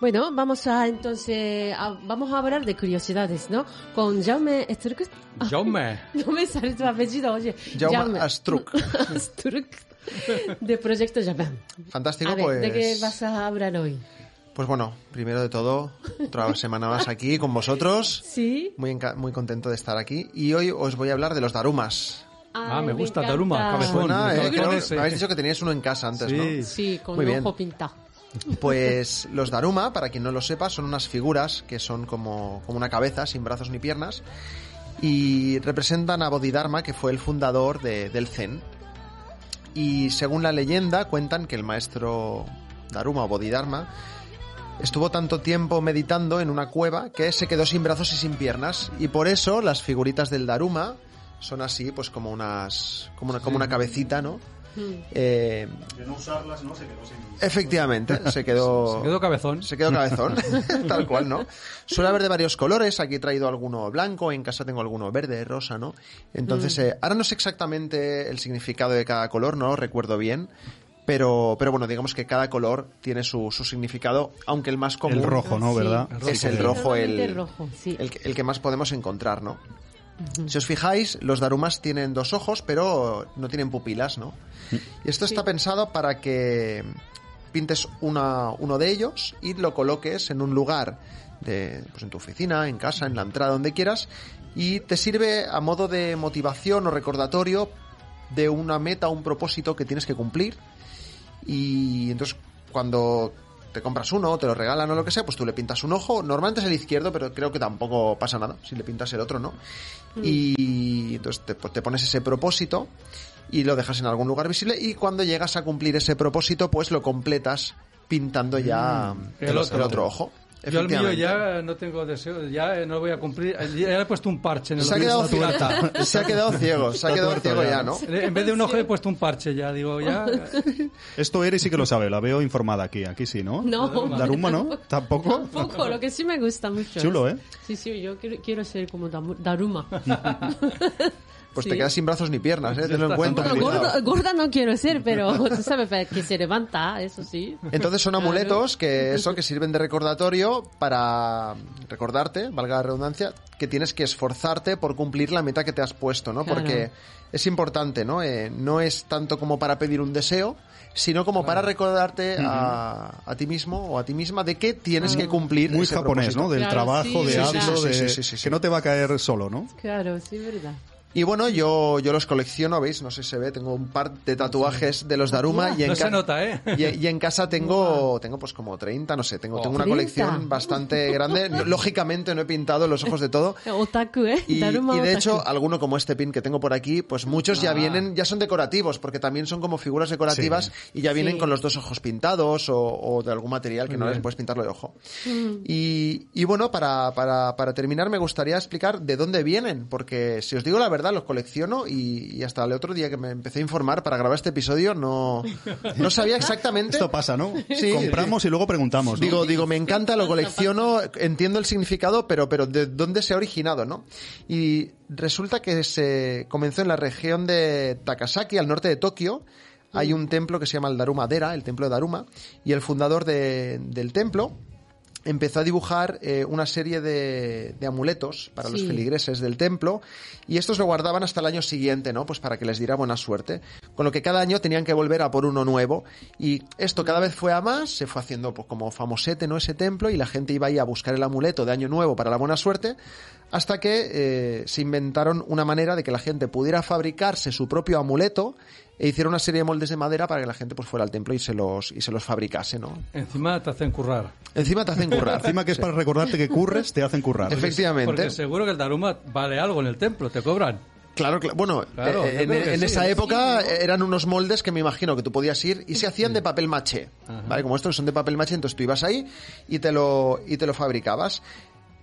Bueno, vamos a entonces, a- vamos a hablar de curiosidades, ¿no? Con Jaume Sturk. Jaume. No me sale tu apellido, oye. Jaume Astruc. Sturk. De Proyecto Jaume. Fantástico, A ver, pues. ¿de qué vas a hablar hoy? Pues bueno, primero de todo, otra semana más aquí con vosotros. ¿Sí? Muy, enca- muy contento de estar aquí. Y hoy os voy a hablar de los darumas. Ah, Ay, me gusta encanta. Daruma, ¿Os cabezón. suena, me eh? acabo de Creo que sí. habéis dicho que teníais uno en casa antes, Sí. ¿no? Sí, con Muy un bien. ojo pintado. Pues los Daruma, para quien no lo sepa, son unas figuras que son como, como una cabeza, sin brazos ni piernas, y representan a Bodhidharma, que fue el fundador de- del Zen. Y según la leyenda, cuentan que el maestro Daruma o Bodhidharma estuvo tanto tiempo meditando en una cueva que se quedó sin brazos y sin piernas. Y por eso las figuritas del Daruma son así, pues como unas. como una, como una cabecita, ¿no? Hmm. Eh, De no usarlas, ¿no? Se quedó sin... Efectivamente, se quedó... Se quedó cabezón. Se quedó cabezón, tal cual, ¿no? Suele haber de varios colores, aquí he traído alguno blanco, en casa tengo alguno verde, rosa, ¿no? Entonces, eh, ahora no sé exactamente el significado de cada color, no lo recuerdo bien, pero, pero bueno, digamos que cada color tiene su, su significado, aunque el más común El rojo, ¿no? Sí. ¿Verdad? El es el Sí. rojo, el, Normalmente rojo, sí. el, que- el que más podemos encontrar, ¿no? Si os fijáis, los darumas tienen dos ojos, pero no tienen pupilas, ¿no? Mm. Y esto está pensado para que pintes una- uno de ellos y lo coloques en un lugar, de, pues en tu oficina, en casa, en la entrada, donde quieras, y te sirve a modo de motivación o recordatorio de una meta, un propósito que tienes que cumplir. Y entonces cuando te compras uno, te lo regalan o lo que sea, pues tú le pintas un ojo. Normalmente es el izquierdo, pero creo que tampoco pasa nada si le pintas el otro, ¿no? Mm. Y entonces te, pues te pones ese propósito y lo dejas en algún lugar visible y cuando llegas a cumplir ese propósito, pues lo completas pintando ya Mm, el el, el otro. otro. ojo. Yo el mío Efectivamente. ya no tengo deseo, ya eh, no lo voy a cumplir. Ya le he puesto un parche en el Se ha ojo. quedado Está ciego, se ha quedado ciego, se ha Está quedado tuerto ciego ya. ya, ¿no? tuerto. En vez de un ojo he puesto un parche ya, digo, ya. Esto Eri sí que lo sabe, la veo informada aquí. Aquí sí, ¿no? No. Daruma, ¿no? ¿Tampoco? Tampoco, lo que sí me gusta mucho. Chulo, ¿eh? Sí, sí, yo quiero, quiero ser como Damu- Daruma. Pues Sí. te quedas sin brazos ni piernas, ¿eh? Tenlo en Está cuenta. Bueno, cuidado. gorda, gorda no quiero ser, pero tú sabes, para que se levanta, eso sí. Entonces son Claro. amuletos que eso que sirven de recordatorio para recordarte, valga la redundancia, que tienes que esforzarte por cumplir la meta que te has puesto, ¿no? Claro. Porque es importante, ¿no? Eh, no es tanto como para pedir un deseo, sino como para recordarte a, a ti mismo o a ti misma de que tienes que cumplir. Ah, Muy ese japonés, propósito. ¿no? Del Claro, trabajo, sí, sí, de sí, hazlo, sí, de... sí, sí, sí, sí. Que no te va a caer solo, ¿no? Claro, sí, verdad. Y bueno, yo, yo los colecciono, ¿veis? No sé si se ve, tengo un par de tatuajes de los Daruma y en No se ca- nota, ¿eh? Y, y en casa tengo, tengo pues como 30, no sé, tengo, tengo una 30. colección bastante grande. No, Lógicamente no he pintado los ojos de todo. Otaku, ¿eh? Y, Daruma y de otaku. hecho, alguno como este pin que tengo por aquí, pues muchos ya Ah. vienen, ya son decorativos, porque también son como figuras decorativas y ya vienen Sí. con los dos ojos pintados o, o de algún material que Muy no les bien. puedes pintarlo de ojo. Y, y bueno, para, para, para terminar, me gustaría explicar de dónde vienen, porque si os digo la verdad, los colecciono y, y hasta el otro día que me empecé a informar para grabar este episodio, no, no sabía exactamente. Esto pasa, ¿no? Sí. Compramos y luego preguntamos, ¿no? Digo, digo, me encanta, lo colecciono, entiendo el significado, pero, pero ¿de dónde se ha originado, no? Y resulta que se comenzó en la región de Takasaki, al norte de Tokio. Hay un templo que se llama el Daruma Dera, el templo de Daruma, y el fundador de- del templo empezó a dibujar eh, una serie de, de amuletos para los Sí. feligreses del templo y estos lo guardaban hasta el año siguiente, ¿no? Pues para que les diera buena suerte. Con lo que cada año tenían que volver a por uno nuevo y esto cada vez fue a más, se fue haciendo pues, como famosete, ¿no? Ese templo y la gente iba ahí a buscar el amuleto de año nuevo para la buena suerte hasta que eh, se inventaron una manera de que la gente pudiera fabricarse su propio amuleto e hicieron una serie de moldes de madera para que la gente pues fuera al templo y se los y se los fabricase, ¿no? Encima te hacen currar. Encima te hacen currar. Encima que es para recordarte que curres, te hacen currar. Efectivamente. Porque seguro que el Daruma vale algo en el templo, te cobran. Claro, cla- Bueno, Claro, eh, yo en, creo que en sí, esa ¿eh? época eh, eran unos moldes que me imagino que tú podías ir y se hacían de papel maché, ¿vale? Como estos son de papel maché, entonces tú ibas ahí y te lo, y te lo fabricabas.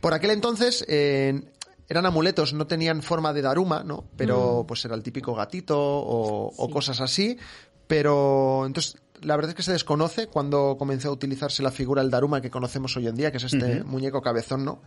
Por aquel entonces eh, eran amuletos, no tenían forma de daruma, ¿no? Mm. Pero pues era el típico gatito o, o cosas así, pero entonces... La verdad es que se desconoce cuando comenzó a utilizarse la figura del Daruma que conocemos hoy en día, que es este muñeco cabezón, ¿no?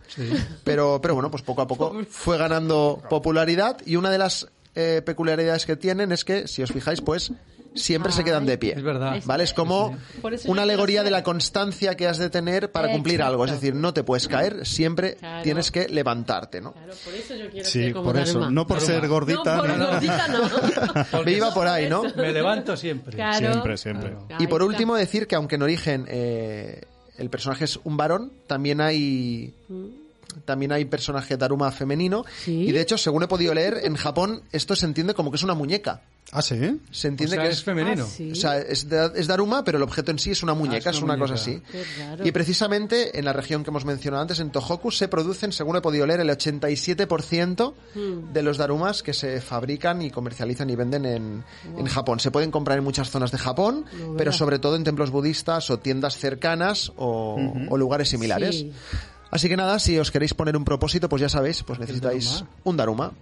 Pero, pero bueno, pues poco a poco fue ganando popularidad y una de las eh, peculiaridades que tienen es que, si os fijáis, pues siempre se quedan de pie. Es verdad. ¿Vale? Es como Por eso yo una quiero alegoría ser- de la constancia que has de tener para cumplir Exacto. algo. Es decir, no te puedes caer, siempre Claro. tienes que levantarte, ¿no? Claro, por eso yo quiero Sí, ser como por eso. Daruma. No por ser gordita. No, por ni- gordita no. Porque Me iba por ahí, ¿no? Me levanto siempre. Claro. Siempre, siempre. Claro. Y por Ahí está. último, decir que aunque en origen eh, el personaje es un varón, también hay. También hay personaje Daruma femenino. Mm. ¿Sí? Y de hecho, según he podido leer, en Japón esto se entiende como que es una muñeca. Ah, sí. Se O entiende sea, que es es femenino. Ah, sí. O sea, es, da- es Daruma, pero el objeto en sí es una muñeca, Ah, es una, cosa así. muñeca. Qué raro. Y precisamente en la región que hemos mencionado antes, en Tohoku, se producen, según he podido leer, el 87% de los darumas que se fabrican y comercializan y venden en, en Japón. Se pueden comprar en muchas zonas de Japón, Lo pero verá. sobre todo en templos budistas o tiendas cercanas o, o lugares similares. Sí. Así que nada, si os queréis poner un propósito, pues ya sabéis, pues necesitáis daruma? un daruma.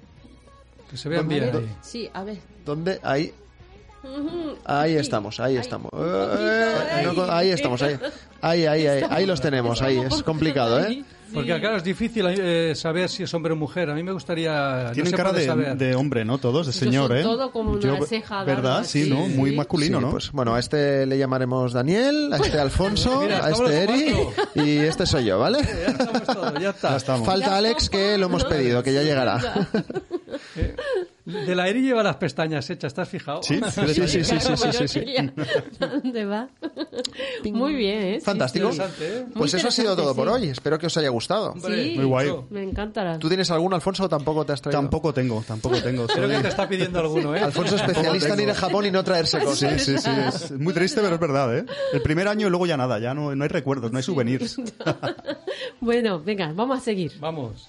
Que se vean Pues bien Vale. ahí. Sí, a ver. ¿Dónde? Ahí. Ahí estamos, ahí Ahí, estamos. un poquito, Eh, no con- ahí ahí. estamos, ahí. Ahí, ahí, ahí, ahí los tenemos, ahí. Es complicado, ¿eh? Porque claro, es difícil eh, saber si es hombre o mujer. A mí me gustaría... no Tienen se cara puede de, saber. de hombre, ¿no? Todos, de Yo señor, soy ¿eh? todo como una ceja larga, ¿Verdad? Sí, sí, ¿no? sí. Muy masculino, Sí, ¿no? Pues bueno, a este le llamaremos Daniel, a este Alfonso, Mira, a estamos este Eri los cuatro. y este soy yo, ¿vale? Ya estamos todos, ya está. Ya estamos. Falta Alex que lo hemos pedido, que ya llegará. Eh, de la Eri lleva las pestañas hechas, ¿estás fijado? Sí, Sí, sí, sí, sí, sí, sí, sí. ¿Dónde va? Muy bien, ¿eh? Sí, Fantástico. sí. Interesante, ¿eh? Pues eso ha sido todo por hoy. Espero que os haya gustado. Hombre, Sí. Muy guay. mucho. Me encantará. ¿Tú tienes alguno, Alfonso, o tampoco te has traído? Tampoco tengo, tampoco tengo. Creo soy- que te está pidiendo alguno, ¿eh? Alfonso especialista en ir a Japón y no traerse Sí, cosas. sí, sí. Es muy triste, pero es verdad, ¿eh? El primer año y luego ya nada, ya no, no hay recuerdos, no hay souvenirs. Bueno, venga, vamos a seguir. Vamos.